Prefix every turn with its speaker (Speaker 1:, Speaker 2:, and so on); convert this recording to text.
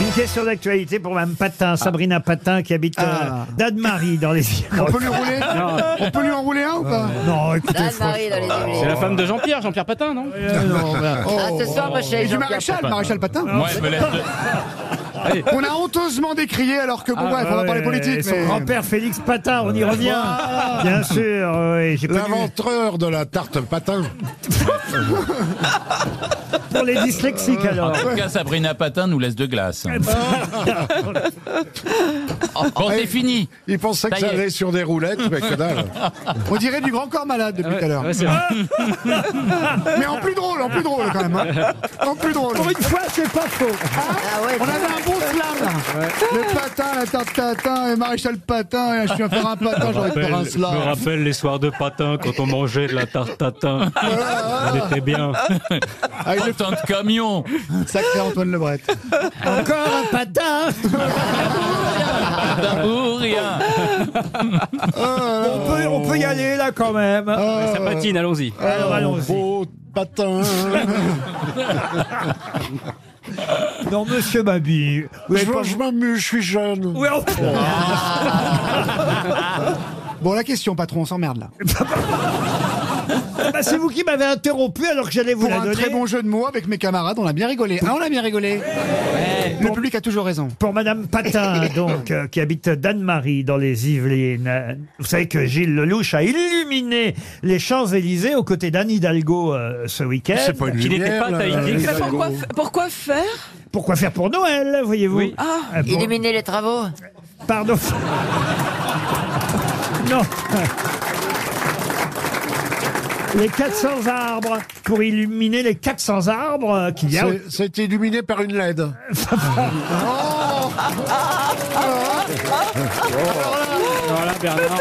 Speaker 1: Une question d'actualité pour Mme Patin, Sabrina Patin, qui habite
Speaker 2: Ah.
Speaker 1: euh, Danemarie dans les
Speaker 2: On peut lui rouler
Speaker 3: Non.
Speaker 2: On peut lui en rouler un ou pas
Speaker 1: Non, écoutez,
Speaker 4: Anne-Marie dans les
Speaker 3: C'est
Speaker 4: Yvelines.
Speaker 3: la femme de Jean-Pierre, Jean-Pierre Patin, non
Speaker 1: euh, non, voilà.
Speaker 2: Oh.
Speaker 4: Ah, ce soir, ma
Speaker 2: Et
Speaker 4: chérie,
Speaker 2: du
Speaker 4: Jean-Pierre
Speaker 2: maréchal,
Speaker 4: Papin.
Speaker 2: maréchal Patin
Speaker 5: Moi, je me lève de...
Speaker 2: On a honteusement décrié alors que, bon, bref, on va
Speaker 1: Ah, Ouais,
Speaker 2: parler politique,
Speaker 1: Son
Speaker 2: mais.
Speaker 1: grand-père Félix Patin, on y revient. Bien sûr, oui, j'ai connu-
Speaker 6: L'inventeur de la tarte patin.
Speaker 1: Pour les dyslexiques, alors.
Speaker 5: En tout cas, Sabrina Patin nous laisse de glace. hein. Bon, c'est fini.
Speaker 6: Il pensait que
Speaker 5: Ça y
Speaker 6: ça
Speaker 5: est.
Speaker 6: allait sur des roulettes, mais que dalle.
Speaker 2: On dirait du grand corps malade depuis tout à l'heure.
Speaker 3: Ouais, c'est vrai.
Speaker 2: Mais en plus drôle, en plus drôle quand même. hein. En plus drôle.
Speaker 1: Pour une fois, c'est pas faux.
Speaker 4: Ah ouais,
Speaker 2: On avait un bon slam. Le patin, la tarte tatin, et maréchal patin, et je suis à faire un patin, j'ai envie de faire un
Speaker 7: Je me
Speaker 2: slam.
Speaker 7: rappelle les soirs de patin quand on mangeait de la tarte tatin. On était bien.
Speaker 2: Avec le
Speaker 5: Autant de camions.
Speaker 2: sacré Antoine Lebret.
Speaker 1: Encore un patin.
Speaker 5: Patin ou rien.
Speaker 1: On peut, on peut y aller, là, quand même.
Speaker 2: Ah.
Speaker 3: Ça patine, allons-y.
Speaker 1: Alors, allons-y.
Speaker 6: Beau patin.
Speaker 1: Non, monsieur Babi. vous avez
Speaker 6: Je,
Speaker 1: pas-
Speaker 6: je m'amuse, je suis jeune.
Speaker 1: Oui, on-
Speaker 2: Bon, la question, patron, on s'emmerde là.
Speaker 1: Bah, c'est vous qui m'avez interrompu alors que j'allais vous
Speaker 2: Pour
Speaker 1: la
Speaker 2: un
Speaker 1: donner.
Speaker 2: très bon jeu de mots avec mes camarades, on a bien rigolé. Ah, on a bien rigolé. Le public a toujours raison.
Speaker 1: Pour Madame Patin, donc, euh, qui habite Danemarie, dans les Yvelines. Euh, Vous savez que Gilles Lelouch a illuminé les Champs-Élysées aux côtés d'Anne Hidalgo euh, ce week-end.
Speaker 6: C'est pas une
Speaker 7: Qu'il n'était
Speaker 6: lumière.
Speaker 7: pas
Speaker 6: là,
Speaker 7: taillé.
Speaker 6: les
Speaker 7: Bah,
Speaker 6: Algos.
Speaker 8: Pourquoi, f- pourquoi faire
Speaker 1: Pourquoi faire pour Noël, voyez-vous
Speaker 7: Oui.
Speaker 1: Euh, pour-
Speaker 4: Illuminer les travaux
Speaker 1: Pardon. non. Les 400 arbres, pour illuminer les 400 arbres euh, qu'il y a.
Speaker 6: C'est- C'est illuminé par une LED.
Speaker 3: Voilà, Bernard.